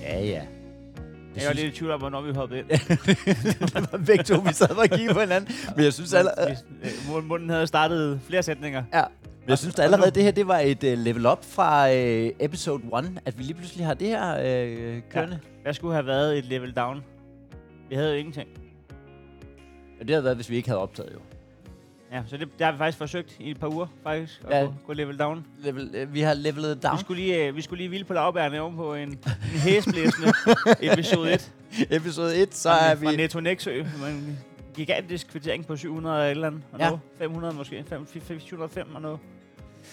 Ja, ja. Jeg var lidt i tvivl om, hvornår vi hoppede ind. lidt... Begge to, vi sad og kiggede på hinanden. Men jeg synes, allerede, Vi- øh, Munden havde startet flere sætninger. ja. Men jeg synes da allerede, det her det var et uh, level up fra uh, episode 1, at vi lige pludselig har det her uh, kørende. Ja. Hvad skulle have været et level down? Vi havde jo ingenting. Og det havde været, hvis vi ikke havde optaget jo. Ja, så det, det har vi faktisk forsøgt i et par uger, faktisk, at Ja. ja. gå, gå level down. Level, uh, vi har levelet down. Vi skulle lige, øh, vi skulle lige hvile på lavbærene oven på en, en hæsblæsende episode 1 Episode 1, så fra, er fra vi... Netto Nexø. med En gigantisk kvittering på 700 eller et eller andet. Og Ja. ja. 500 måske, 5, 705 og noget.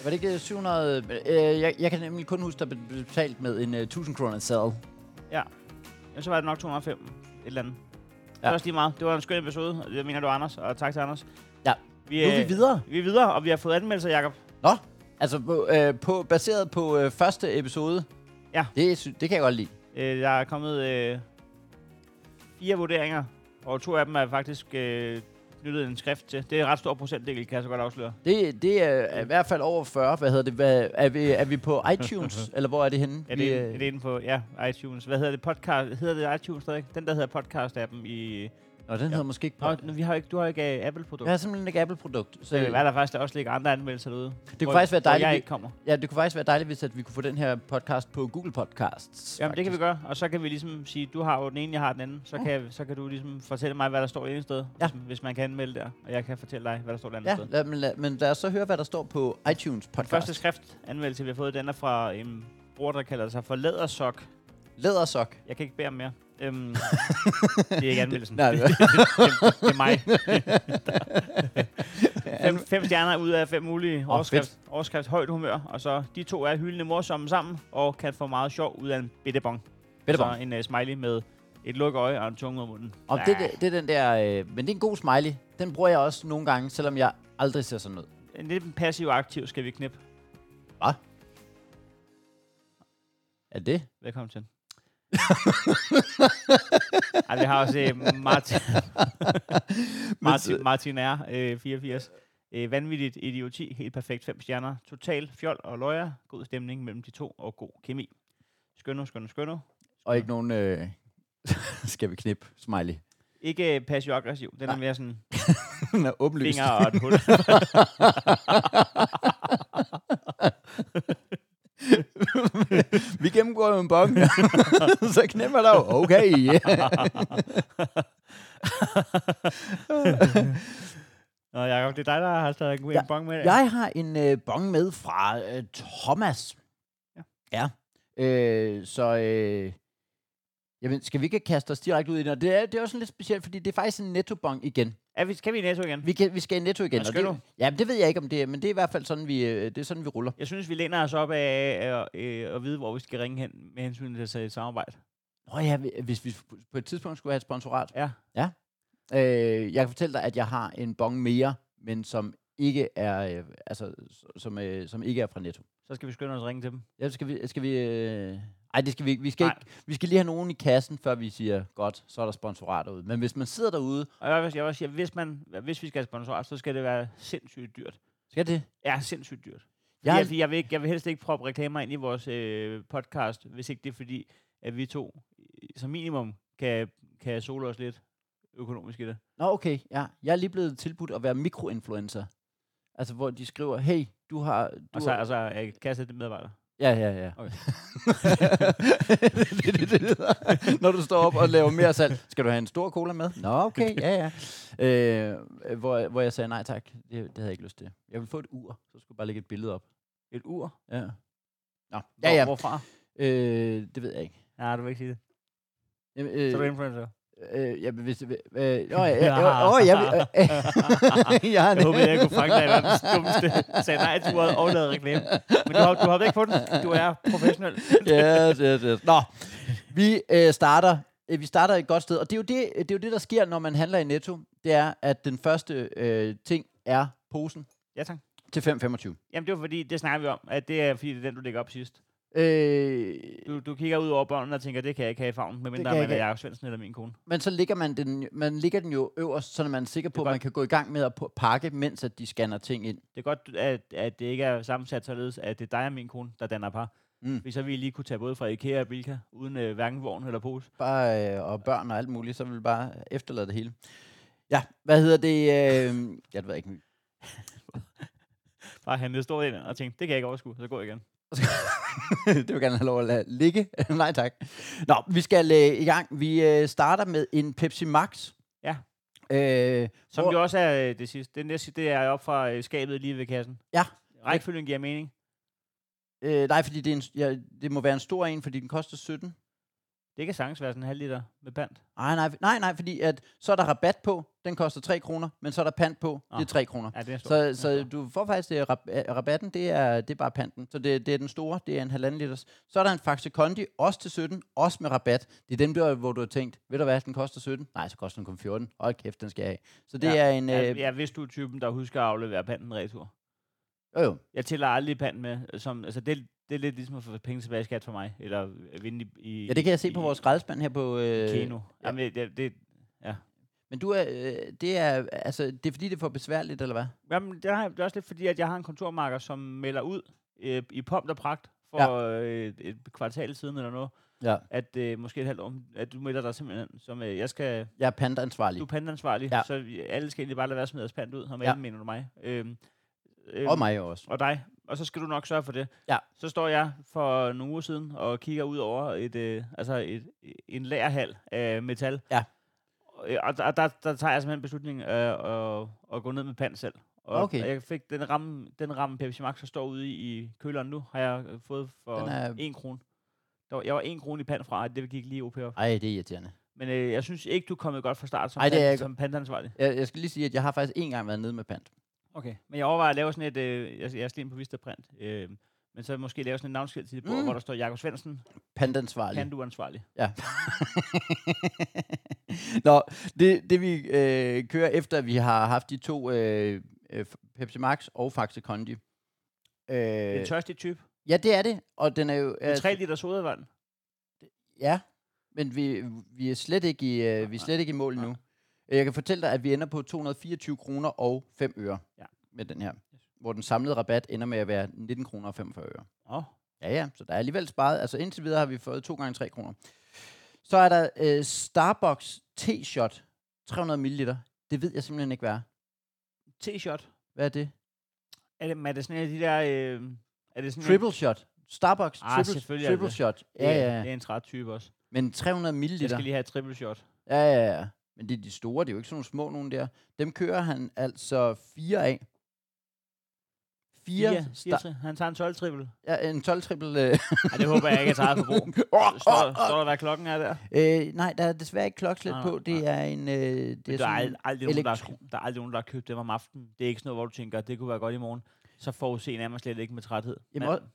Var det ikke 700... Øh, jeg, jeg kan nemlig kun huske, der blev betalt med en uh, 1000 kroner sædel. Ja, så var det nok 205 et eller andet. Ja. Det Ja. var også lige meget. Det var en skøn episode, og det mener du, Anders, og tak til Anders. Ja. Vi, øh, Yeah. Nu er vi videre. videre. vi er videre, og vi har fået anmeldelser, Jacob. Nå, altså på, øh, på, baseret på øh, første episode. Ja. Det, sy- det kan jeg godt lide. Øh, der er kommet øh, fire vurderinger, og to af dem er faktisk øh, knyttet en skrift til. Det er en ret stor procentdel, kan jeg så godt afsløre. Det, det er, er i hvert fald over 40. Hvad hedder det? Hvad, er, vi, er vi på iTunes, eller hvor er det henne? Er vi, det, er det inde på ja, iTunes? Hvad hedder det? Podcast? Hedder det iTunes stadig? Den der hedder podcast-appen i... øh, Nå, den hedder måske ikke... Nå, Nå, nu, vi har jo ikke, du har jo ikke øh, Apple-produkt. jeg har simpelthen ikke Apple-produkt. Så, Det kan være, der faktisk også ligger andre anmeldelser derude. det kunne faktisk være dejligt, jeg vi- ikke kommer. ja, det kunne faktisk være dejligt, hvis at vi kunne få den her podcast på Google Podcasts. Jamen, det kan vi faktisk. gøre, og så kan vi ligesom sige, du har jo den ene, jeg har den anden. Så, kan, jeg- så kan du ligesom fortælle mig, hvad der står det ene sted, Ja. ja. hvis, hvis man kan anmelde der. Og jeg kan fortælle dig, hvad der står det andet sted. Ja, lad, men, lad, men lad os så høre, hvad der står på iTunes Den første podcast. skriftanmeldelse, vi har fået, den er fra en bruger, der kalder sig for Lædersok. Lædersok. Jeg kan ikke bære mere. Øhm, det er ikke anmeldelsen. Nej, det, det- det er mig. fem, fem stjerner ud af fem mulige Åh, overskrift, overskrift højt humør. Og så de to er hyldende morsomme sammen, og kan få meget sjov ud af en bittebong. Bittebong. Så en uh, smiley med et lukket øje og en tunge ud af munden. Og Ja, det, det, det er den der, øh, men det er en god smiley. Den bruger jeg også nogle gange, selvom jeg aldrig ser sådan ud. en lidt passiv og aktiv skal vi knippe. Er det? Velkommen til. Ej, vi har også øh, Martin, Martin, Martin R. Øh, 84. Øh, vanvittigt idioti, helt perfekt, fem stjerner. Total fjol og løjer, god stemning mellem de to og god kemi. Skønno, skønno, skønno. Og ikke nogen, øh, skal vi knip, smiley. Ikke øh, passiv-aggressiv, den er Nej. mere sådan Den er åbenlyst. fingre og et hul. Vi gennemgår jo en bong. så knipper der jo. Okay. Nå, Jacob, det er dig, der har stadig en god Ja, ja. bong med. Jeg har en øh, bong med fra øh, Thomas. Ja. Ja. Øh, så, øh, jamen, skal vi ikke kaste os direkte ud i det? Og det er, det er også sådan lidt specielt, fordi det er faktisk en nettobong igen. Er vi, kan vi i netto igen? Vi, kan, vi skal i netto igen. Hvad skal og du? det, jamen, det ved jeg ikke, om det er, men det er i hvert fald sådan, vi, øh, det er sådan, vi ruller. Jeg synes, vi læner os op af at øh, at vide, hvor vi skal ringe hen med hensyn til at tage et samarbejde. Nå ja, vi- hvis vi på et tidspunkt skulle have et sponsorat. Ja. Øh, jeg kan fortælle dig, at jeg har en bong mere, men som ikke er, øh, altså, s- som, øh, som ikke er fra Netto. Så skal vi skynde os at ringe til dem. Ja, skal vi... Skal vi øh... Ej, det skal vi ikke. Vi skal, Nej. ikke. vi skal lige have nogen i kassen, før vi siger, godt, så er der sponsorat derude. Men hvis man sidder derude, Og jeg vil, jeg vil også sige, at hvis, man, hvis vi skal have sponsorat, så skal det være sindssygt dyrt. skal det? Ja, sindssygt dyrt. Jeg, Jeg, har- jeg, jeg, vil ikke, jeg vil helst ikke proppe reklamer ind i vores øh, podcast, hvis ikke det er fordi, at vi to øh, som minimum kan, kan sole os lidt økonomisk i det. Nå, okay. Ja. Jeg er lige blevet tilbudt at være mikroinfluencer. Altså, hvor de skriver, hey, du har... Du Og så har... altså, jeg kan sætte det medarbejder. Ja, ja, ja. Okay. det, er det, det, lyder. Når du står op og laver mere salg, skal du have en stor cola med? Nå, okay, ja, ja. Øh, hvor, hvor jeg sagde nej tak, det, det havde jeg ikke lyst til. Jeg ville få et ur, så skulle jeg bare lægge et billede op. Et ur? Ja. Nå, Hvor, ja, ja. Hvorfra? Øh, det ved jeg ikke. Nej, du vil ikke sige det. Jamen, Så er du øh, influencer. øh, jeg, hvis, øh, øh, åh, jeg, jeg, åh, jeg, vil- øh, øh, jeg, har Jeg en- håber, jeg kunne fange dig i verdens dummeste. Sagde nej, du havde overladet reklame. Men du har, du har væk på den. Du er professionel. yes, yes, yes. Nå, vi øh, starter øh, vi starter et godt sted, og det er, jo det, det er jo det, der sker, når man handler i Netto. Det er, at den første øh, ting er posen Ja, tak. til 5,25. Jamen, det var fordi, det snakker vi om, at det er fordi, det er den, du lægger op sidst. Øh, Du, du kigger ud over børnene og tænker, det kan jeg ikke have i favnen, Det medmindre kan jeg man ikke er have. Jacob Svendsen eller min kone. men så ligger man den, man ligger den jo øverst, så man er sikker på, at godt. man kan gå i gang med at p- pakke, mens at de scanner ting ind. Det er godt, at, at det ikke er sammensat således, at det er dig og min kone, der danner par. Mm. Fordi så ville I lige kunne tage både fra Ikea og Bilka, uden øh, hverken vogn eller pose. Bare, øh, og børn og alt muligt, så vil vi bare efterlade det hele. Ja, hvad hedder det? Øh, jeg ved ikke. Bare handlede stort ind og tænkte, det kan jeg ikke overskue, så går jeg igen. det vil jeg gerne have lov at lade ligge. Nej tak. Nå, vi skal øh, i gang. Vi øh, starter med en Pepsi Max. Ja. Øh, Som Hvor- jo også er øh, det sidste. Den næste, det er op fra øh, skabet lige ved kassen. Ja. Rækkefølgen giver mening. øh, nej, fordi det, er en, ja, det må være en stor en, fordi den koster 17. Det kan sagtens være sådan en halv liter med pant. Nej, nej, nej, nej, fordi at, så er der rabat på, den koster 3 kroner, men så er der pant på, det Nå. er 3 kroner. Ja, det er stor. Så, så du får faktisk det, er rab- øh, rabatten, det er, det er bare panten. Så det, det er den store, det er en halvanden liters. Så er der en Faxe Kondi, også til 17, også med rabat. Det er dem, der, hvor du har tænkt, ved du hvad, den koster 17? Nej, så koster den kun 14. Hold kæft, den skal jeg have. Så det Ja. er en... Ja, Øh, ja, hvis du er typen, der husker at aflevere panten retur. jo, jo. Jeg tæller aldrig panden med. øh, Som, altså det, det er lidt ligesom at få penge tilbage i skat for mig. Eller øh, vinde i, i Ja, det kan jeg se i, på vores skraldespand her på... Øh, Keno. Jamen, det, det, Men du er, øh, det er, altså, det er fordi, det er for besværligt, eller hvad? Jamen, det, har, det er også lidt fordi, at jeg har en kontormarker, som melder ud øh, i pomp og pragt for Ja. ja. øh, et, et kvartal siden eller noget, Ja. at øh, måske et halvt år, at du melder dig simpelthen, som øh, jeg skal, Jeg er du er pandansvarlig. pandansvarlig, Ja. ja. så vi- alle skal egentlig bare lade være smidt pand ud, om Ja. ja. mener du mig. Øhm, øhm, Og mig også. Og dig. Og så skal du nok sørge for det. Ja. Så står jeg for nogle uger siden og kigger ud over et, øh, altså et, en lagerhal af metal. Ja. Og, og der, der, der tager jeg simpelthen beslutningen øh, at, at gå ned med pand selv. Og Okay. og jeg fik den ramme, den ramme Pepsi Max, der står ude i, i køleren nu, har jeg øh, fået for Den er- 1 krone. Der var, jeg var 1 krone i pand fra, og det gik lige op her. Ej, det er irriterende. Men øh, jeg synes ikke, du er kommet godt fra start som, Ej, det er jeg ikke. som pandansvarlig. Jeg, jeg skal lige sige, at jeg har faktisk en gang været nede med pant. Okay, men jeg overvejer at lave sådan et, øh, jeg, jeg er slet inde på Vistaprint, øh, men så måske lave sådan et navnskilt til det bord, Mm. mm. hvor der står Jakob Svendsen, Pandansvarlig. kan du ansvarlig? Ja. Nå, det, det vi øh, kører efter, at vi har haft de to øh, øh, Pepsi Max og Faxe Kondi. Øh, Øh. En tørstig type, ja, det er det. Og den er jo... altså, med 3 liter sodavand. Ja, men vi, vi, er slet ikke i, øh, vi er nej, slet ikke i mål nej. nu. Jeg kan fortælle dig, at vi ender på 224 kroner og 5 øre Ja. med den her. Hvor den samlede rabat ender med at være 19 kroner og 45 øre. Åh, Ja, ja, så der er alligevel sparet. Altså indtil videre har vi fået 2 gange 3 kroner. Så er der øh, Starbucks T-shot, 300 ml. Det ved jeg simpelthen ikke, hvad er. t-shirt. Hvad er det? Er det, er det sådan en af de der... Øh, er det sådan Triple shot. Starbucks Ah, triple, selvfølgelig er triple det. shot. En, Ja, det er- ja, Det ja. er en træt type også. Men 300 ml. Jeg skal lige have et triple shot. Ja, ja, ja. Men det er de store, det er jo ikke sådan nogle små nogen der. Dem kører han altså fire af. Fire, Fire, fire, tri- han tager en 12 triple. ja, en 12-triple. Øh. Ej, det håber jeg ikke, jeg tager på brug. Står, står der, hvad klokken er der? øh, nej, der er desværre ikke klokslet Nej, nej, på. Det er en... Øh, det Det er er der, er sådan, aldrig, aldrig nogen, der, elektro- har, der er aldrig nogen, der har købt dem om aftenen. Det er ikke sådan noget, hvor du tænker, det kunne være godt i morgen. Så forudsen er man slet ikke med træthed. Jamen, man, også-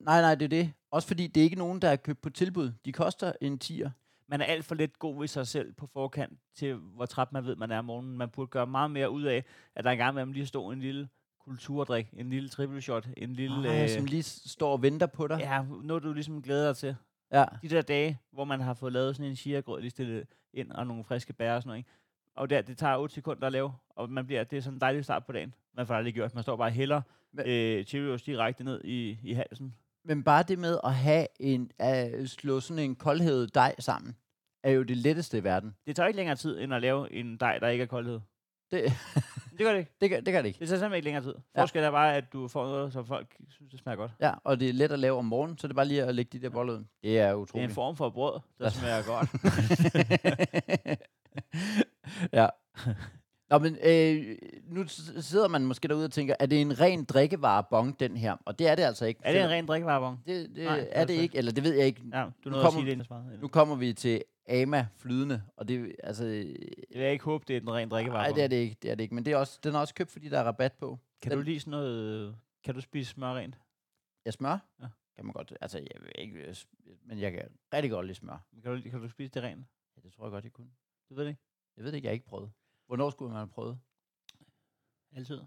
nej, nej, det er det. Også fordi det er ikke nogen, der er købt på tilbud. De koster en tier. man er alt for lidt god ved sig selv på forkant til, hvor træt man ved, man er om morgenen. Man burde gøre meget mere ud af, at der engang imellem lige stod en lille kulturdrik, en lille triple shot, en lille... øh, Ej, Ah, som lige s- står og venter på dig. ja, noget du ligesom glæder dig til. Ja. De der dage, hvor man har fået lavet sådan en chia-grød, lige stillet ind, og nogle friske bær og sådan noget, ikke? Og der, det tager 8 sekunder at lave, og man bliver, det er sådan en dejlig start på dagen. Man får det aldrig gjort. Man står bare og hælder Hva- øh, Cheerios direkte ned i, i halsen. Men bare det med at have en, at slå sådan en koldhævet dej sammen, er jo det letteste i verden. Det tager ikke længere tid, end at lave en dej, der ikke er koldhed. Det, Det gør det ikke. det, gør, det gør det ikke. Det tager simpelthen ikke længere tid. Ja. Forskellen er bare, at du får noget, som folk synes, det smager godt. Ja, og det er let at lave om morgenen, så det er bare lige at lægge de der boller ud. Det er Det er utroligt. en form for brød, der Altså. smager godt. ja. Nå, men øh, nu s- sidder man måske derude og tænker, er det en ren drikkevarebong, den her? Og det er det altså ikke. Er det en ren drikkevarebong? Det, det, Nej, Nej, det er er det det slet ikke, eller det ved jeg ikke. Ja, du Nu nåede at kommer- sige det inden jeg svarede. Nu kommer vi til Ama flydende, og det altså... Jeg vil ikke håbe, det er en ren Nej, drikkevarebong. det er det ikke, det er det ikke. Men det er også, den er også købt, fordi der er rabat på. Kan Den- du lige sådan noget... øh, Kan du spise smør rent? Ja, smør? Ja. Ja. Kan man godt, altså jeg vil ikke, øh, s- men jeg kan rigtig godt lide smør. Kan du, kan du spise det rent? Ja, det tror jeg godt, jeg kunne. Du ved det ikke? Jeg ved det ikke, jeg har ikke prøvet. Hvornår skulle man have prøvet? Altid.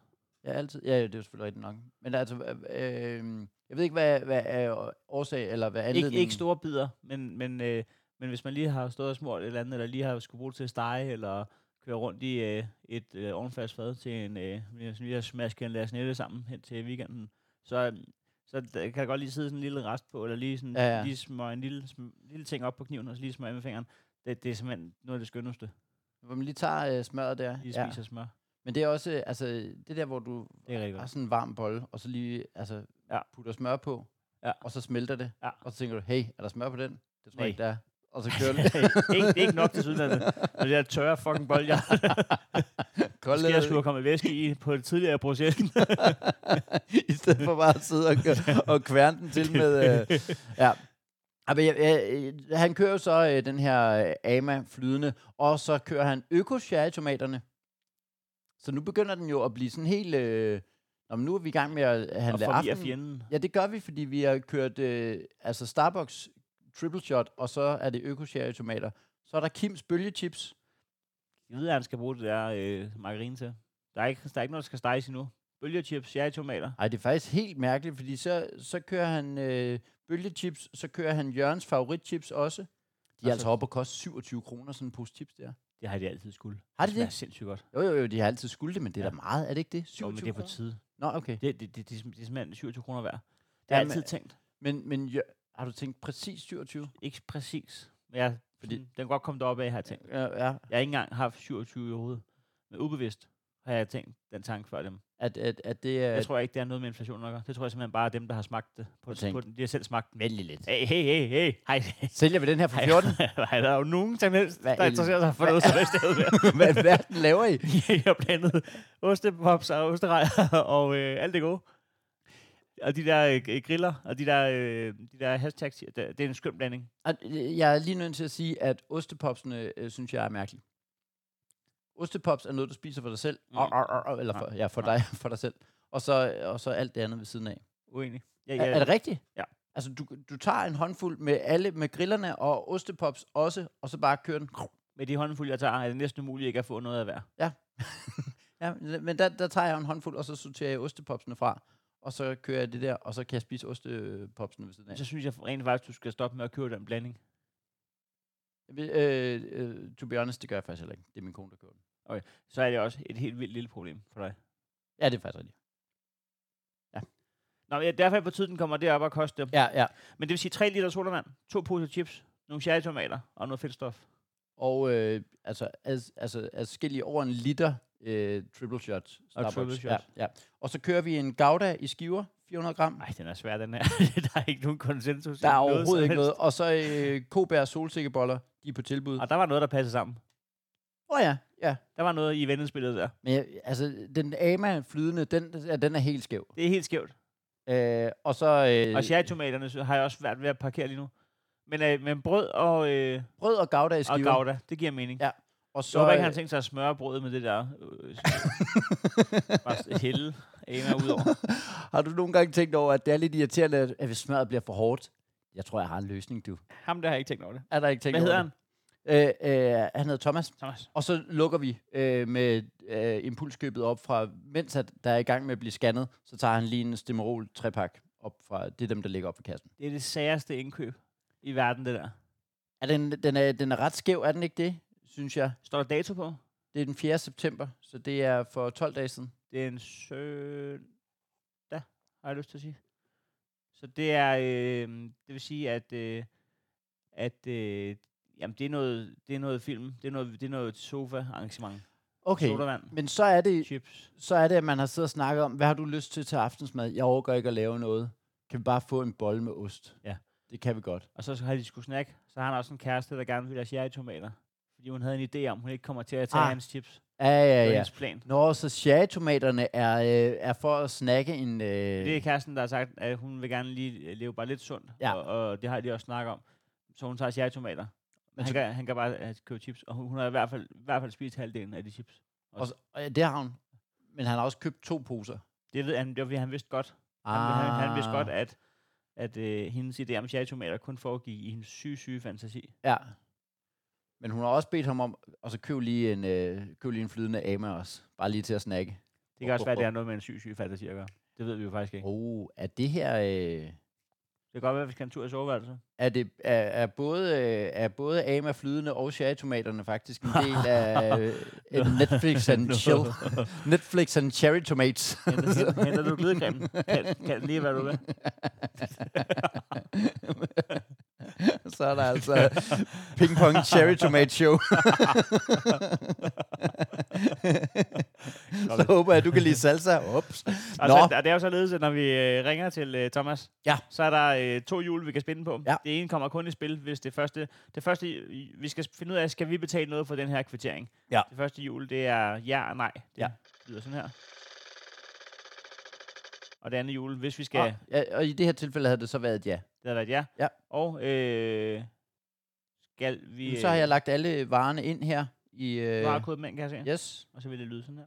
Ja, altid. Ja, ja, det er jo selvfølgelig rigtigt nok. Men altså, øh, øh, jeg ved ikke, hvad, hvad er øh, årsag, eller hvad anledningen... Ikke, ikke store bidder, men, men, øh, men hvis man lige har stået og smurt et eller andet, eller lige har skulle bruge det til at stege, eller køre rundt i øh, et øh, ovenfast fad til en, øh, sådan lige at smaske en lasagne sammen hen til weekenden, så, øh, Så der kan der godt lige sidde sådan en lille rest på, eller lige, sådan, Ja, ja, ja. ja. lige smøge en lille, sm- lille ting op på kniven, og så lige smøge med fingeren. Det, det er simpelthen noget af det skønneste. Hvor man lige tager øh, smøret der. Lige ja. spiser smør. Men det er også, øh, altså, det der, hvor du Det er rigtig har godt. sådan en varm bolle, og så lige altså, ja. Ja. putter smør på, Ja. og så smelter det. Ja. Og så tænker du, hey, er der smør på den? Det tror jeg Nej. ikke, der er. Og så kører det. ikke, det er ikke nok til sydlandet. Og det der tørre fucking bold, jeg, Kolde, måske jeg skulle have kommet væske i på et tidligere proces. I stedet for bare at sidde og, kø- og kværne den til med... Øh, ja. Ah, men jeg, jeg, øh, han kører jo så øh, den her øh, Ama flydende, og så kører han øko tomaterne Så nu begynder den jo at blive sådan helt... Øh, nå, men nu er vi i gang med at og handle forvirre aften. fjenden. Ja, det gør vi, fordi vi har kørt øh, altså Starbucks triple shot, og så er det øko tomater Så er der Kims bølgechips. Jeg ved, at han skal bruge det der øh, margarine til. Der er, ikke, der er ikke noget, der skal steges endnu. Bølgechips, cherrytomater. Ej, det er faktisk helt mærkeligt, fordi så, så kører han øh, bølgechips, så kører han Jørgens favoritchips også. De er Og altså så- oppe og koste 27 kroner, sådan en pose chips der. Det har de altid skulle. Har de smager det? sindssygt godt. Jo, jo, jo, de har altid skuldt det, men det er Ja. da meget, er det ikke det? Jo, men 27 det er på kroner? tide. Nå, okay. Det, det, det, det, er sim- det er simpelthen 27 kroner værd. Det har jeg Jamen, øh, altid tænkt. Men, men Jør- har du tænkt præcis 27? Ikke præcis. Men jeg, Fordi- Fordi... den kan godt komme deroppe af, har jeg tænkt. hmm. Ja, ja. Jeg har ikke engang haft 27 i hovedet. Men ubevidst har jeg tænkt den tanke før dem. At, at, at det er... Jeg tror ikke, det er noget med inflation at gøre. Det tror jeg simpelthen bare er dem, der har smagt det. På, Og tænkt. på den. De har selv smagt den. Vældig lidt. Hey, hey, hey, hey. Hej. Sælger vi den her for 14? Nej, der er jo nogen som helst, Hvad der el- interesserer sig for hvad- noget som helst derude. Hvad i verden laver I? Jeg har blandet ostepops og osterejer og øh, alt det gode. Og de der øh, g- griller, og de der, øh, de der hashtags, det, det er en skøn blanding. At, øh, Jeg er lige nødt til at sige, at ostepopsene øh, synes jeg er mærkelige. Ostepops er noget, du spiser for dig selv. Mm. Mm. Or, or, or, eller for, Nej. ja, for Nej. dig, for dig selv. Og så, og så alt det andet ved siden af. Uenig. Ja, Er, ja, er det rigtigt? Ja. Altså, du, du tager en håndfuld med alle, med grillerne og ostepops også, og så bare kører den. med de håndfulde, jeg tager, er det næsten umuligt ikke at få noget af hver. Ja, men der, der tager jeg en håndfuld, og så sorterer jeg ostepopsene fra, og så kører jeg det der, og så kan jeg spise ostepopsene ved siden af. Så synes jeg rent faktisk, du skal stoppe med at købe den blanding. Jeg ved- Øh, øh, to be honest, det gør jeg faktisk heller ikke. Det er min kone, der kører den. Så er det også et helt vildt lille problem for dig. Ja, det er faktisk rigtigt. Nå, men ja, derfor er det på tiden, den kommer derop og koste. Ja, ja. Men det vil sige 3 liter sodavand, to poser chips, nogle cherrytomater og noget fedtstof. Og øh, altså, as, altså adskillige over en liter øh, triple shot. Starbucks. triple shot. Ja, ja. Og så kører vi en gouda i skiver, 400 gram. Nej, den er svær, den her. der er ikke nogen konsensus. der er om noget som overhovedet ikke helst. noget. Og så øh, kobær solsikkeboller, de er på tilbud. Åh Og der var noget, der passede sammen. oh, ja, ja. Der var noget i vendespillet der. Men jeg, altså, den ama flydende, den, ja, den er helt skæv. Det er helt skævt. Øh, og så øh, Og cherrytomaterne sy- har jeg også svært ved at parkere lige nu. Men, øh, men brød og, øh, brød og gouda i og skiver. gouda, det giver mening. Ja, Ja, Og så så, jeg håber ikke, han øh, har tænkt sig at smøre brødet med det der. Øh, bare hælde Ama ud over. har du nogle gange tænkt over, at det er lidt irriterende, at- at hvis smøret bliver for hårdt? Jeg tror, jeg har en løsning, du. Ham der har jeg ikke tænkt over det. Er der ikke tænkt Hvad hedder over han? det? Øh, øh, han hedder Thomas. Thomas. Og så lukker vi øh, med øh, impulskøbet op fra, mens at der er i gang med at blive scannet, så tager han lige en Stimorol trepak op fra, det er dem, der ligger op i kassen. Det er det særeste indkøb i verden, det der. Er den, den, er, den er ret skæv, er den ikke det, synes jeg? Står der dato på? Det er den 4. september, så det er for 12 dage siden. Det er en søndag, har jeg lyst til at sige. Så det er, øh, det vil sige, at, øh, at øh, jamen, det, er noget, det er noget film, det er noget, det er noget sofa-arrangement. Okay, Sodavand, men så er, det, chips. så er det, at man har siddet og snakket om, hvad har du lyst til til aftensmad? Jeg overgår ikke at lave noget. Kan vi bare få en bolle med ost? Ja. Det kan vi godt. Og så har de skulle snakke, så har han også en kæreste, der gerne vil have cherrytomater. Fordi hun havde en idé om, hun ikke kommer til at tage Ah, ah, hans chips. Ja, ja, Det var ja. hendes plan. Nå, så cherrytomaterne er, øh, er for at snakke en... Øh, Det er kæresten, der har sagt, at hun vil gerne lige øh, leve bare lidt sundt. Ja. Og, og det har de også snakket om. Så hun tager cherrytomater. Men Men så- han, kan, han kan bare øh, købe chips, og hun, hun har i hvert, fald, i hvert fald spist halvdelen af de chips. Og, så- og ja, det har hun. Men han har også købt to poser. Det ved han, det var, fordi han vidste godt. Ah. Han, han, han vidste godt, at, at øh, hendes idé om cherrytomater kun foregik i hendes syge, syge fantasi. Ja. Men hun har også bedt ham om, og så køb lige en, øh, køb lige en flydende ama også. Bare lige til at snakke. Det kan også være, at det har noget med en syg, syg fantasi at gøre. Det ved vi jo faktisk ikke. Åh, oh, er det her... Øh, kan godt være, at vi skal en tur i soveværelset. Er, det, er, er, både, øh, er både Ama flydende og cherrytomaterne faktisk en del af øh, et Netflix and chill? Netflix and cherry tomates. Henter, henter, henter du glidecremen? Kan, kan den lige, hvad du vil? Så er der altså ping pong cherry tomat show. Så håber jeg, at du kan lide salsa. Ups. Nå. Og så, og Altså, det er jo således, at når vi øh, ringer til øh, Thomas, Ja. så er der øh, to hjul, vi kan spænde på. Ja. Det ene kommer kun i spil, hvis det første... Det første, i- vi skal finde ud af, skal vi betale noget for den her kvittering? Ja. Det første hjul, det er ja og nej. Det Ja. lyder sådan her. Og det andet hjul, hvis vi skal... Ja. ja. Og i det her tilfælde havde det så været et ja. Det har været ja. Ah. Ja. Og øh, skal vi... Jamen, Så har jeg lagt alle varerne ind her. i. Øh, Øh, varekoden med, kan jeg se. yes. Og så vil det lyde sådan her.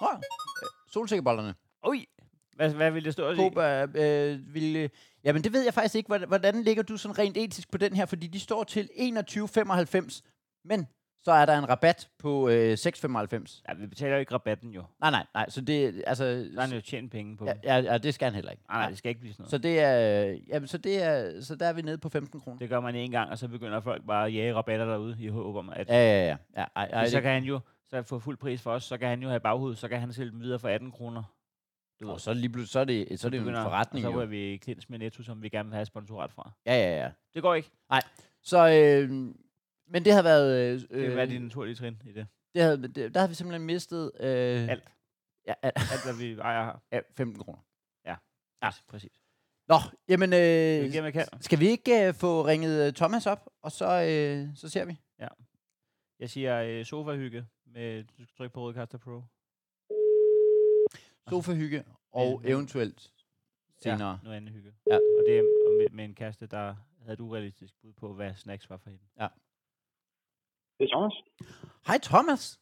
Og... Oh, solsikkebollerne. Oj! Hvad, hvad vil det stå? Koba, øh, ville... Jamen, det ved jeg faktisk ikke. Hvordan, hvordan ligger du sådan rent etisk på den her? Fordi de står til 21,95, men så er der en rabat på øh, 6,95. Ja, vi betaler jo ikke rabatten jo. Nej, nej, nej. Så det, altså... Så har han jo tjent penge på ja, dem. ja, ja, det skal han heller ikke. Nej, nej, det skal ikke blive sådan noget. Så det er... øh, Jamen, så det er... Så der er vi nede på 15 kroner. Det gør man en gang, og så begynder folk bare at jage rabatter derude i håb om, at Ja, ja, ja. ja ej, ej, ja, så det, kan han jo så få fuld pris for os, så kan han jo have baghoved, så kan han sælge dem videre for 18 kroner. Du ved, og så, lige pludselig, så er det, så er det jo en begynder- forretning. Og så jo. er vi klins med Netto, som vi gerne vil have sponsorat fra. Ja, ja, ja. Det går ikke. Så... Øh, men det har været... Øh, Det vil være øh, det naturlige trin i det. det havde, det, der har vi simpelthen mistet... Øh, Alt. Ja, alt. Alt, hvad vi ejer har. Ja, 15 kroner. Ja, præcis. Nå, jamen, Det er øh, det, man kan. skal vi ikke øh, få ringet øh, Thomas op, og så, øh, så ser vi? Jeg siger øh, sofahygge med du skal trykke på Rodecaster Pro. Sofahygge og men- eventuelt senere. Ja, noget andet hygge. Ja. Og det er og med, med en kæreste, der havde et urealistisk bud på, hvad snacks var for hende. Det er Thomas. Hej Thomas.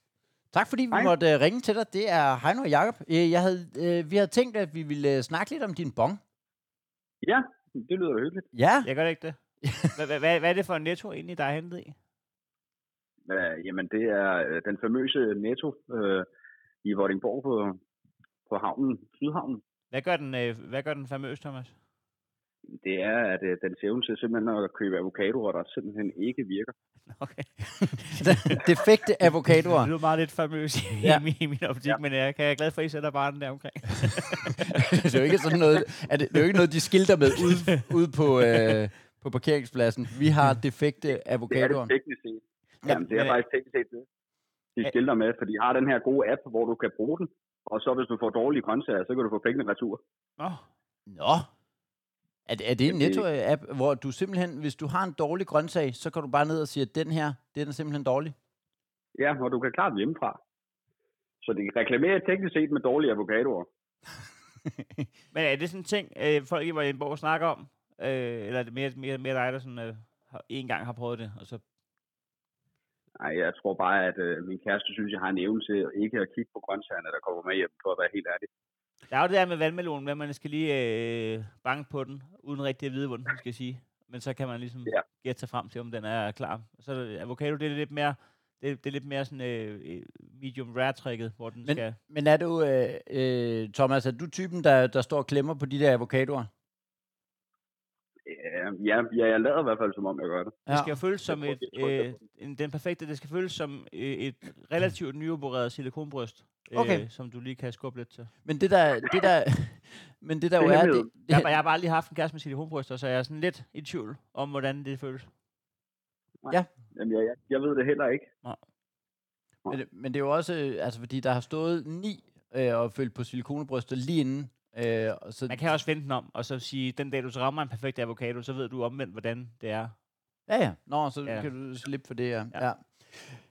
Tak fordi vi Hej. måtte øh, ringe til dig. Det er Heino og Jacob. Øh, jeg havde, øh, vi havde tænkt, at vi ville øh, snakke lidt om din bong. Ja, det lyder da hyggeligt. Ja, Jeg gør det ikke det. Hvad, hvad, hvad, hvad er det for en netto egentlig, der er hentet i? Øh, jamen, det er øh, den famøse Netto øh, i Vordingborg på, på havnen, Sydhavnen. Hvad gør den, øh, hvad gør den famøs, Thomas? Det er, at øh, den ser ud til simpelthen at købe avocadoer, der simpelthen ikke virker. Okay. defekte Det avocadoer. lyder meget lidt famøs i, Ja. ja. i min optik, ja. Ja. men jeg, kan, jeg er glad for, at I sætter barnen der omkring. det er jo ikke sådan noget, er det, det er jo ikke noget, de skilter med ude, ude på, øh, på parkeringspladsen. Vi har defekte Det er det avocadoer. teknisk set. Jamen, det er men- faktisk teknisk set det. De Ja. skilter med, for de har den her gode app, hvor du kan bruge den. Og så hvis du får dårlige grøntsager, så kan du få pengene retur. Nå, Nå. Er, det- er det en Jamen, det- netto-app, hvor du simpelthen, hvis du har en dårlig grøntsag, så kan du bare ned og sige, at den her, den er simpelthen dårlig? Ja, og du kan klare det hjemmefra. Så de reklamerer teknisk set med dårlige avocadoer. men er det sådan en ting, øh, folk i Vordingborg snakker om? Øh, eller er det mere, mere, mere dig, der sådan, øh, har, en gang har prøvet det, og så Nej, jeg tror bare, at øh, min kæreste synes, jeg har en evne til ikke at kigge på grøntsagerne, der kommer med hjem, for at være helt ærlig. Der er jo det der med vandmelonen, hvor man skal lige øh, banke på den, uden rigtig at vide, hvordan man skal sige. Men så kan man ligesom Ja. gætte sig frem til, om den er klar. Og så er det- avocado, det er lidt mere, det, er- det er lidt mere sådan øh, øh, medium rare tricket, hvor den Men- Men, skal... Men er du, øh, øh, Thomas, er du typen, der, der står og klemmer på de der avocadoer? Øh, ja, ja, jeg lader i hvert fald, som om jeg gør det. Det skal føles som tror, et, det tror jeg, øh, jeg tror. en, den perfekte, det skal føles som øh, et relativt nyopereret silikonbryst, øh, Okay. som du lige kan skubbe lidt til. Men det der, det der, men det der jo Det er er, det, hemmeligheden. det, Jeg, har- jeg har bare lige haft en kæreste med silikonbryster, så jeg er sådan lidt i tvivl om, hvordan det føles. Jamen, jeg, jeg, jeg ved det heller ikke. men, det- men det er jo også, øh, altså fordi der har stået ni øh, og følt på silikonebryster lige inden. Øh, og så, Man kan også vente den om, og så sige, den dag du så rammer en perfekt avocado, så ved du omvendt, hvordan det er. Ja, ja. Nå, så ja. Ja. kan du slippe for det, ja. Ja.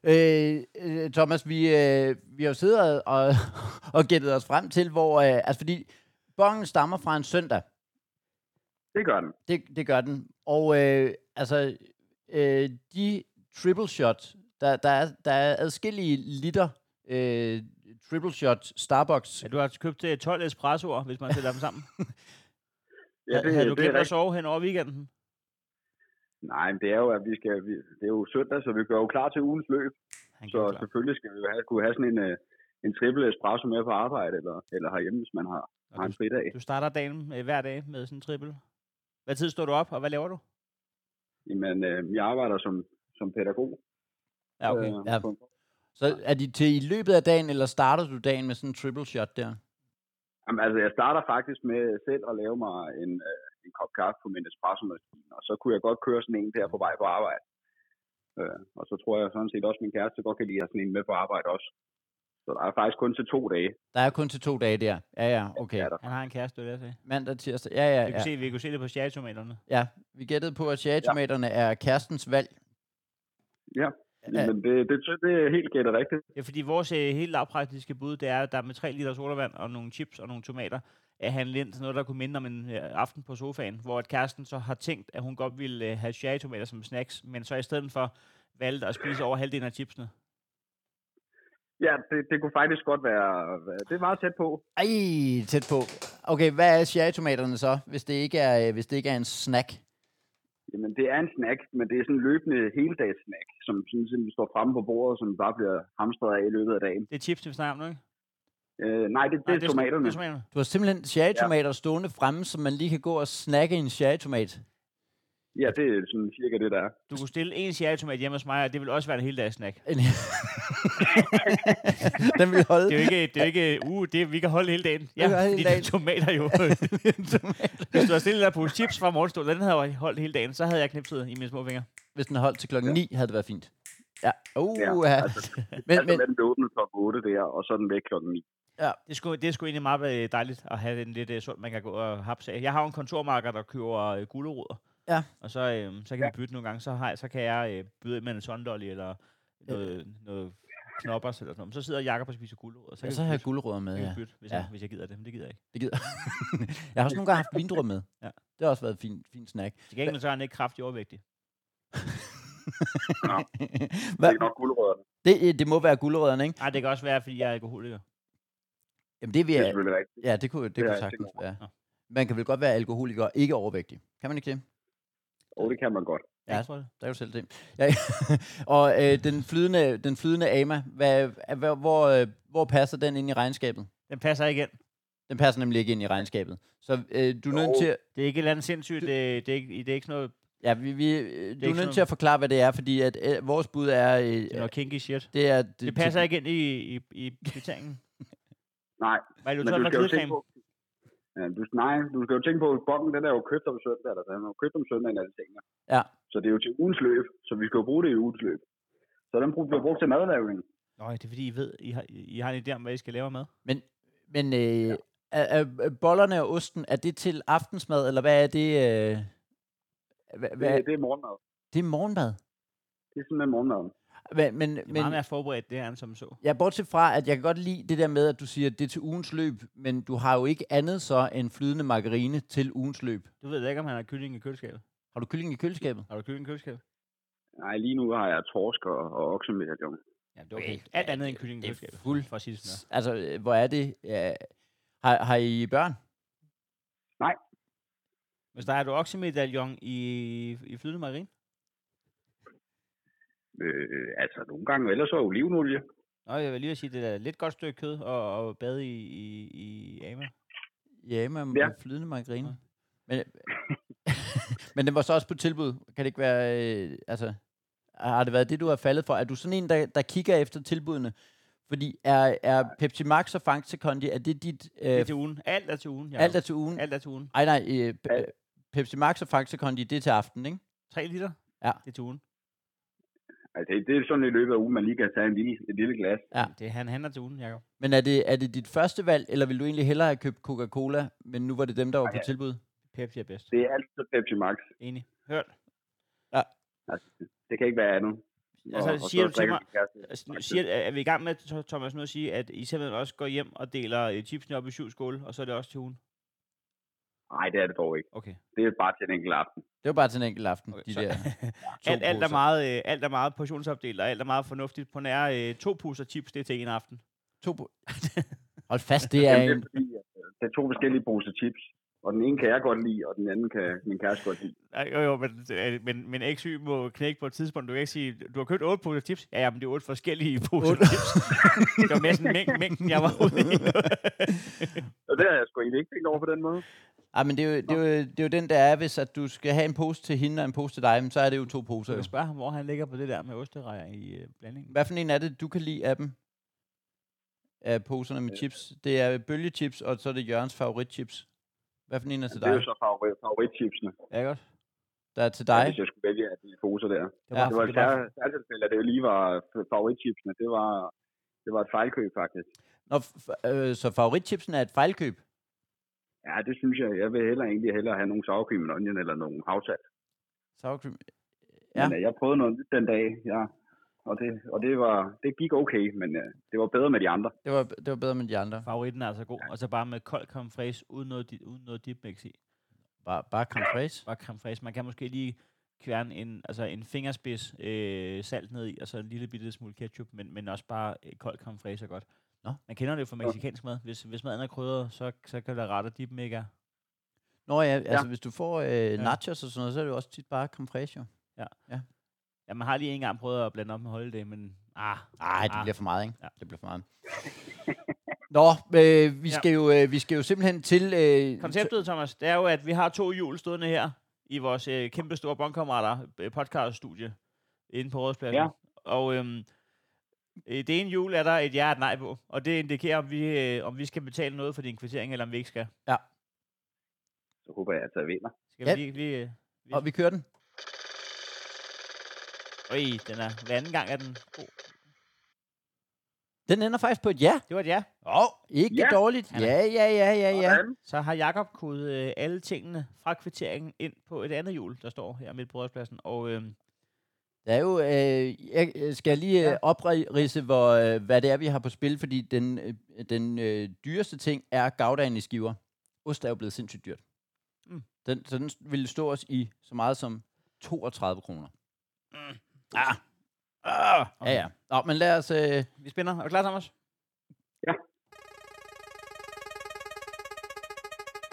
ja. Øh, øh, Thomas, vi, øh, vi har jo siddet og, og gættet os frem til, hvor... Øh, altså, fordi bongen stammer fra en søndag. Det gør den. Det, det gør den. Og øh, altså, øh, de triple shot, der, der, er, der er adskillige liter øh, triple shot Starbucks. Ja, du har købt øh, 12 espressoer, hvis man sætter dem sammen. Ja, det, Havde du det glemt at er rigtigt. sove hen over weekenden? Nej, men det er jo, at vi skal, vi, det er jo søndag, så vi gør jo klar til ugens løb. Han Så gjorde klar. selvfølgelig skal vi jo have, kunne have sådan en, øh, en triple espresso med på arbejde, eller, eller herhjemme, hvis man har, har Og en fridag. du, du starter dagen øh, hver dag med sådan en triple. Hvad tid står du op, og hvad laver du? Jamen, øh, jeg arbejder som, som pædagog. Ja, okay. Øh, Ja. på en- Så er de til i løbet af dagen, eller starter du dagen med sådan en triple shot der? Jamen, altså, jeg starter faktisk med selv at lave mig en, øh, en kop kaffe på min espresso-maskine, og så kunne jeg godt køre sådan en der på vej på arbejde. Øh, og så tror jeg sådan set også, at min kæreste godt kan lide at have sådan en med på arbejde også. Så der er faktisk kun til to dage. Der er kun til to dage der. Ja, ja, okay. er der. Han har en kæreste, det er det, Mandag, tirsdag. Ja, ja, vi, kunne ja. se, vi kunne se det på sjætomaterne. ja. Vi gættede på, at cherrytomaterne er kærestens valg. Ja, Ja, men det, det, det er helt gætter rigtigt. Ja, fordi vores øh, helt lavpraktiske bud, det er, at der med 3 liter sodavand og nogle chips og nogle tomater, at han ind til noget, der kunne minde om en øh, aften på sofaen, hvor at kæresten så har tænkt, at hun godt ville øh, have cherrytomater som snacks, men så i stedet for valgte at spise over halvdelen af chipsene. Ja, det, det kunne faktisk godt være... være- Det er meget tæt på. Ej, tæt på. Okay, hvad er cherrytomaterne så, hvis det ikke er, øh, hvis det ikke er en snack? Jamen, det er en snack, men det er sådan en løbende heldags-snack, som sådan simpelthen står fremme på bordet, som bare bliver hamstret af i løbet af dagen. Det er chips, vi snakker om nu, ikke? Øh, nej, det, det Nej, er tomaterne. Det er tomaterne. Du har simpelthen cherrytomater ja. stående fremme, som man lige kan gå og snakke i en cherrytomat. Ja, det er sådan cirka det, der er. Du kunne stille en cherrytomat hjemme hos mig, og det vil også være en hel dags snack. En- Den vil holde. Det er jo ikke, det er jo ikke uh, det, vi kan holde hele dagen. Ja, kan holde hele fordi det er dagen. tomater jo. En tomat. Hvis du havde stillet der på chips fra morgenstunden, den havde jeg holdt hele dagen, så havde jeg knipset i mine små fingre. Hvis den holdt til klokken 9, havde det været fint. Ja, uh, Ja, ja. altså- Men, Men, altså, men, men... den blev åbnet klokken 8 der, og så er den væk klokken 9. Det skulle, det skulle egentlig meget være dejligt at have den lidt uh, sund, man kan gå og hapse af. Jeg har jo en kontormarker, der køber uh, gulerødder. Ja. Og så, øh, så kan ja. vi bytte nogle gange. Så, har, jeg- så kan jeg øh, byde ind med en sondolly eller Øh. noget, noget knoppers eller sådan noget. Men Så sidder Jacob og spiser gulerødder. Så ja, kan så vi har jeg bytte, guldrødder med, så kan vi ja. bytte, hvis, Ja. jeg, hvis jeg gider det. Men det gider jeg ikke. Det gider. jeg har også nogle gange haft vindruer med. Ja. Det har også været en fin, fin snack. Til gengæld så er han ikke kraftig overvægtig. Det Hva, er nok guldrødderne. det, det må være guldrødderne, ikke? Nej, det kan også være, fordi jeg er alkoholiker. Jamen, det vil Det er jeg... selvfølgelig rigtigt. Ja, det kunne, det Det er kunne jeg sagtens sikker være. Nå. Man kan vel godt være alkoholiker og ikke overvægtig. Kan man ikke det? Og det kan man godt. Jeg Ja. ikke tror det. Der er jo selv det. Ja, og øh, den, flydende, den flydende AMA, hvad, hvad, hvor, øh, hvor passer den ind i regnskabet? Den passer ikke ind. Den passer nemlig ikke ind i regnskabet. Så øh, du er nødt Jo. til at, Det er ikke et eller andet sindssygt. øh, Det, det, er ikke, det er ikke sådan noget, ja, vi, vi, øh, du ikke er sådan- nødt til at forklare, hvad det er, fordi at, øh, vores bud er... Øh, det er noget kinky shit. det, er Det passer ikke ind i, i, i kvitteringen. Nej, Var det, du men tror, du det var skal jo tænke kødcreme? på... Ja, du, nej, du skal jo tænke på, at bongen den er jo købt om søndag, eller den er jo købt om søndag eller ting. Ja. Så det er jo til ugens løb, så vi skal jo bruge det i ugens løb. Så den brug- bliver brugt til madlavning. Nå, det er fordi, I ved, I har, I har en idé om, hvad I skal lave med. Men øh, er, er, er bollerne og osten, er det til aftensmad, eller hvad er det? Øh, hvad, Det, hvad, det er morgenmad. det er morgenmad. Det er simpelthen morgenmad. Hvad, men, Det er meget men, mere forberedt, det er end som så. Ja, bortset fra, at jeg kan godt lide det der med, at du siger, at det er til ugens løb, men du har jo ikke andet så end flydende margarine til ugens løb. Du ved da ikke, om han har kylling i køleskabet. Har du kylling i køleskabet? Har du kylling i køleskabet? Nej, lige nu har jeg torsk og, og oksemedaljon. Ja, det er Okay, okay. Alt ja, andet det- end kylling i det er køleskabet. fuld- For at sige det sådan her. Altså, øh, hvor er det? Ja. Har, har I børn? Men der er du oksemedaljon i, i flydende marin. Øh, altså nogle gange, ellers så olivenolie. Nå, jeg vil lige at sige, det er lidt godt stykke kød og, og bade i, i, i Øh, ama. Ja, med Ja. ja. flydende margarine. Men, men den var så også på tilbud. Kan det ikke være... Øh, altså, har det været det, du har faldet for? Er du sådan en, der, der kigger efter tilbudene? Fordi er, er Pepsi Max og Fanta Kondi, er det dit... Øh, Det er til ugen. Alt er til ugen. Jacob. alt er til ugen? Alt er til ugen. Ej, nej. Øh, pe- Alt. Pepsi Max og Fanta Kondi, det er til aften, ikke? 3 liter? Ja. Det er til ugen. Altså, det er sådan i løbet af ugen, man lige kan tage en lille, et lille glas. Ja. Det, han handler til ugen, Jacob. Men er det, er det dit første valg, eller ville du egentlig hellere have købt Coca-Cola, men nu var det dem, der var på tilbud? Pepsi er bedst. Det er altid Pepsi Max. Enig. Hørt. Det kan ikke være andet. Altså, siger du til drikker mig- min kæreste Altså, nu Max. Siger, er er vi i gang med, Tho- Thomas, nu at sige, at I simpelthen også går hjem og deler øh, chipsene op i syv skåle, og så er det også til ugen? Nej, det er det dog ikke. Okay. Det er bare til en enkelt aften. Det var bare til en enkelt aften, okay de så- der to alt, alt, er poser. meget, øh, alt er meget portionsopdelt, og alt er meget fornuftigt. På nær øh, to poser chips, det er til en aften. To po- Hold fast, det er Jamen, det, en... er fordi, at, øh, det er to forskellige poser chips, Og den ene kan jeg godt lide, og den anden kan min kæreste godt lide. Nej, jo, jo, men, øh, men, men X7 må knække på et tidspunkt. Du kan ikke sige, du har købt otte poser chips. Ja, ja, men det er otte forskellige poser Otte. chips. det var næsten mæng, mængden, jeg var ude i. Og det har jeg sgu egentlig ikke tænkt over på den måde. Ej, men det er, jo, det, er jo, det er jo den, der er, hvis at du skal have en pose til hende og en pose til dig, men så er det jo to Så poser. Jo. jeg spørger ham, hvor han ligger på det der med osterejer i øh, blandingen. Hvad for en er det, du kan lide af dem? Af poserne Øh. med chips? Det er bølgechips, og så er det Jørgens favoritchips. Hvad for en er til Det er Altså, dig? jo så favorit, favoritchipsene, Ja, godt. Der er til ja, dig? hvis jeg skulle vælge af de poser der. Ja, Det var et det var, sær- særligt tilfælde, at det jo lige var favoritchipsene. Det var, det var et fejlkøb, faktisk. Nå, f- øh, så favoritchipsen er et fejlkøb? Ja, det synes jeg. Jeg vil heller egentlig hellere have nogle sourcream and onion eller nogle havsalt. Sour cream. Ja. Ja. Men øh, jeg prøvede noget nyt den dag, ja. Og det, og det, var, det gik okay, men øh, det var bedre med de andre. Det var, det var bedre med de andre. Favoritten er altså god. Og så bare med kold creme fraise, uden noget, di- uden noget dip mix i. Bare, bare creme fraise. Bare creme fraise. Man kan måske lige kværne en, altså en fingerspids øh, salt ned i, og så en lille bitte smule ketchup, men, men også bare øh, kold creme fraise er godt. Nå. Man kender det jo fra mexikansk mad. Hvis, hvis maden er krydret, så, så kan der rette dip mega. Nå ja, altså hvis du får øh, Ja. nachos og sådan noget, så er det jo også tit bare creme fraise jo. Ja, man har lige en gang prøvet at blande op med holiday, men ah, Ej, det ah. bliver for meget, ikke? Ja. Det bliver for meget. Nå, øh, vi, Ja. skal jo, øh, vi skal jo simpelthen til... Øh, Konceptet, Thomas, det er jo, at vi har to hjul stående her i vores øh, kæmpe store bondkammerater øh, podcaststudie inde på Rådspladsen. Ja. Og øhm, øh, det ene hjul er der et ja og et nej på, og det indikerer, om vi, øh, om vi skal betale noget for din kvittering, eller om vi ikke skal. Så håber jeg, at jeg vinder. Skal Ja. vi lige... lige øh, så- og vi kører den. øj, den er... Hver anden gang er den god. Den ender faktisk på et ja. Det var et ja. Åh, oh, ikke Ja. dårligt. Han er- Ja, ja, ja, ja, ja. Sådan. Så har Jakob kodet øh, alle tingene fra kvitteringen ind på et andet hjul, der står her midt på Rådspladsen. Og øhm, Der er jo, øh, jeg øh, skal lige øh, Ja. oprise, hvor, øh, hvad det er, vi har på spil, fordi den, øh, den øh, dyreste ting er gavdagen i skiver. Ost er jo blevet sindssygt dyrt. Mm. Mm. Den, så den ville stå os i så meget som 32 kroner. Mm. Ah. Ah. Okay. Okay. Ja, ja. Nå, men lad os... Øh, vi spænder. Er du klar, Thomas? Ja.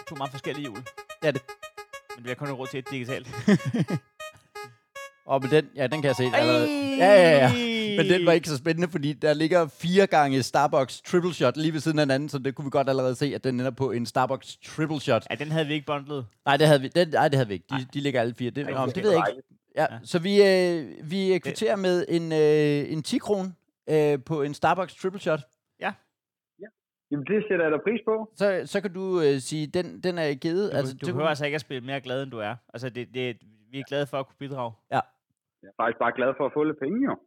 To meget forskellige hjul. ja, det. Men vi har kun råd til et digitalt. Og med den, ja, den kan jeg se allerede. Ja, ja, ja. Men den var ikke så spændende, fordi der ligger fire gange Starbucks triple shot lige ved siden af hinanden, så det kunne vi godt allerede se, at den ender på en Starbucks triple shot. Ja, den havde vi ikke bundlet. Nej, det havde vi, den, nej, det havde vi ikke. De, de ligger alle fire. Det, Ej, nå, men det det ved er jeg ikke. Ja, så vi, øh, vi øh, kvitterer med en, øh, en 10 kron øh, på en Starbucks triple shot. Jamen, det sætter jeg da pris på. Så, så kan du øh, sige, den, den er givet. Du, altså, du det behøver kunne- altså ikke at spille mere glad, end du er. Altså, det, det, vi er glade for at kunne bidrage. Jeg er faktisk bare glad for at få lidt penge, jo.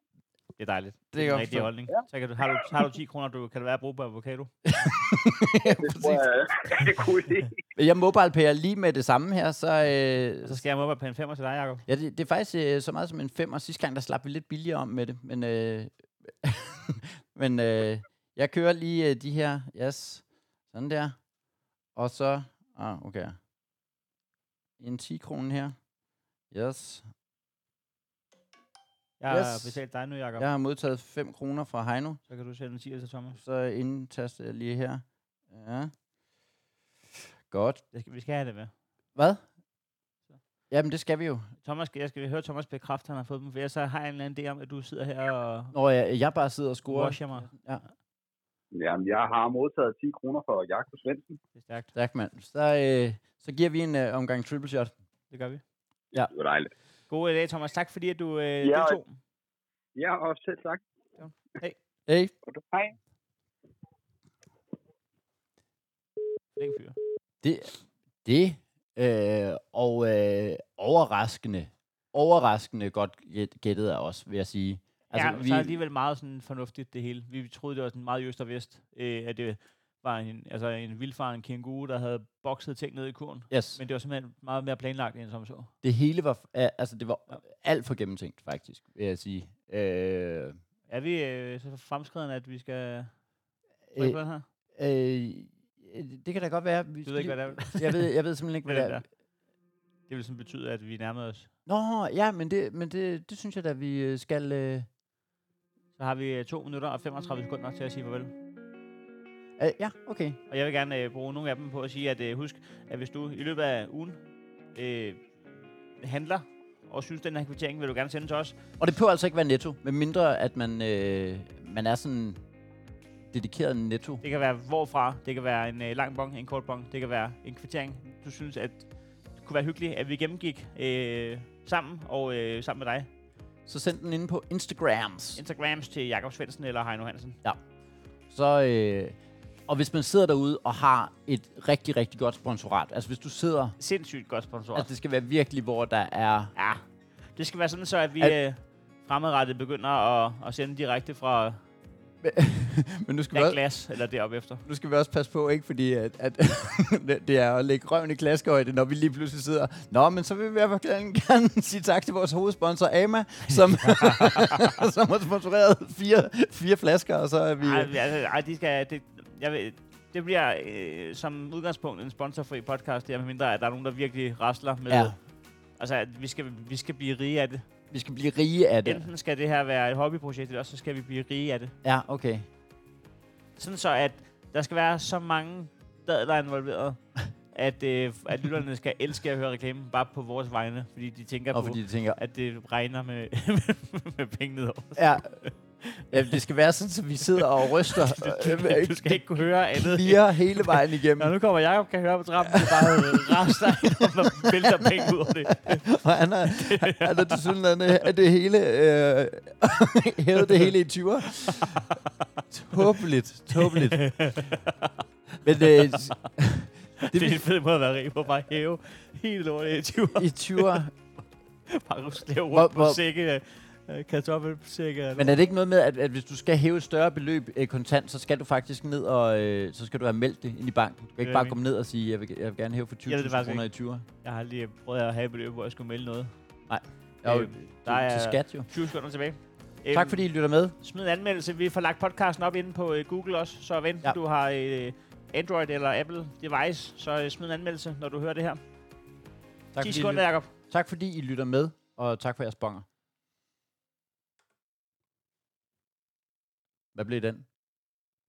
Det er dejligt. kan Det er jeg en rigtig forstå. holdning. Ja. Så kan du, har, du, har du 10 kroner, du kan det være at bruge på avocado. Ja, øh, Det præcis. tror jeg er en god idé. jeg mobilepærer lige med det samme her, så, øh, Så skal jeg mig op på en femmer til dig, Jacob. Ja, det, det er faktisk øh, så meget som en femmer. Sidste gang, der slap vi lidt billigere om med det. Men, øh, men øh, jeg kører lige øh, de her. Yes. Sådan der. Og så... Ah, okay. En 10 kroner her. Yes. Jeg har Yes. betalt dig nu, Jacob. Jeg har modtaget 5 kroner fra Heino. Så kan du sende en 10 til Thomas. Så indtaster jeg lige her. Ja. Godt. Det skal, vi skal have det med. Hvad? Jamen, det skal vi jo. Thomas, jeg skal høre Thomas bekræfte, at han har fået dem, for ellers så har jeg en eller anden idé om, at du sidder her og Når jeg, jeg bare sidder og scorer. washer mig. Ja. Jamen, jeg har modtaget 10 kroner for Jakob Svendsen. Det er stærkt. Tak, mand. Så, øh, så giver vi en øh, omgang triple shot. Det gør vi. Det var dejligt. God dag, Thomas. Tak fordi at du øh, ja, og- deltog. Ja, og selv tak. Hey. Og du- Hej. Flink fyr. Det, det øh, og øh, overraskende, overraskende godt gæt- gættet af os, vil jeg sige. Altså, ja, vi... så er alligevel meget sådan fornuftigt det hele. Vi troede, det var sådan meget i øst og vest, øh, at det var en, altså en vildfaren kænguru, der havde bokset ting ned i kurven. yes, Men det var simpelthen meget mere planlagt, end som så. det hele var, f- a- altså det var alt for gennemtænkt, faktisk, vil jeg sige. Øh, Er vi øh, så fremskreden, at vi skal... øh, Øh, her? øh, det kan da godt være. Vi Du ved ikke, hvad det er. Jeg ved, jeg ved simpelthen ikke, hvad det er. der. Det vil sådan betyde, at vi nærmer os. Nå, ja, men det, men det, det synes jeg da, vi øh, skal... Øh, Så har vi øh, to minutter og 35 sekunder til at sige farvel. Øh, ja, okay. Og jeg vil gerne øh, bruge nogle af dem på at sige, at øh, husk, at hvis du i løbet af ugen øh, handler og synes, den her kvittering vil du gerne sende til os, Og det behøver altså ikke være netto, medmindre at man, øh, man er sådan dedikeret netto. Det kan være hvorfra, det kan være en øh, lang bong, en kort bong, det kan være en kvittering. Du synes, at det kunne være hyggeligt, at vi gennemgik øh, sammen og øh, sammen med dig. Så send den inde på Instagrams. Instagrams til Jakob Svendsen eller Heino Hansen. Så, øh, og hvis man sidder derude og har et rigtig, rigtig godt sponsorat, altså hvis du sidder, Sindssygt godt sponsor. altså det skal være virkelig, hvor der er... Ja, det skal være sådan så, at vi Al- øh, fremadrettet begynder at, at sende direkte fra Men nu skal, vi Black også, Glass eller deroppe efter. nu skal vi også passe på, ikke? Fordi at, at det er at lægge røven i klaskehøjde, når vi lige pludselig sidder... Nå, men så vil vi i hvert fald gerne- gerne sige tak til vores hovedsponsor, Ama, som, som har sponsoreret fire, fire flasker, og så er vi... Ej, altså, ej de skal, det, jeg ved, det bliver øh, som udgangspunkt en sponsorfri podcast, der mindre, at der er nogen, der virkelig rasler med. Ja. Altså, at vi skal, vi skal blive rige af det. Vi skal blive rige af Ja. det. Enten skal det her være et hobbyprojekt, eller også så skal vi blive rige af det. Ja, okay. Sådan så, at der skal være så mange dadler involveret, at, øh, at lytterne skal elske at høre reklamen bare på vores vegne, fordi de tænker Og på, fordi de tænker, at det regner med, med, med penge nedover. ja, ja, det skal være sådan, at vi sidder og ryster, Du skal ikke kunne høre andet. klirer hele vejen Når igennem, nu kommer Jacob, kan høre på trappen, det er bare øh, raster, og der vælter penge ud over det. og han har, han har til sådan at det hele, øh, hævet det hele i 20'er. Tåbeligt, tåbeligt. Men øh, s- Det, det, det er vi, en fed måde at være rig på, bare hæve hele lortet i 20 år. i 20'er, Bare slæve Hvor- rundt på hvor- sække, øh, kartoffelsække. men er det ikke noget med, at, at hvis du skal hæve et større beløb øh, kontant, så skal du faktisk ned og, øh, så skal du have meldt det ind i banken. Du kan ikke jeg bare mener. komme ned og sige, jeg vil, jeg vil gerne hæve for Jeg ved det 20.000 faktisk kroner i 20'er. Jeg har lige prøvet at have et beløb, hvor jeg skulle melde noget. Ja, Øh, der der er- til skat jo. 20 sekunder tilbage. Øhm, Tak fordi I lytter med. Smid en anmeldelse. Vi får lagt podcasten op inde på øh, Google også, så hvad enten Ja. ja. du har øh, Android eller Apple device, så øh, smid en anmeldelse, når du hører det her. Tak 10 fordi, I sekunder, Jacob. lyt- tak fordi I lytter med, og tak for jeres bonger. Hvad blev den?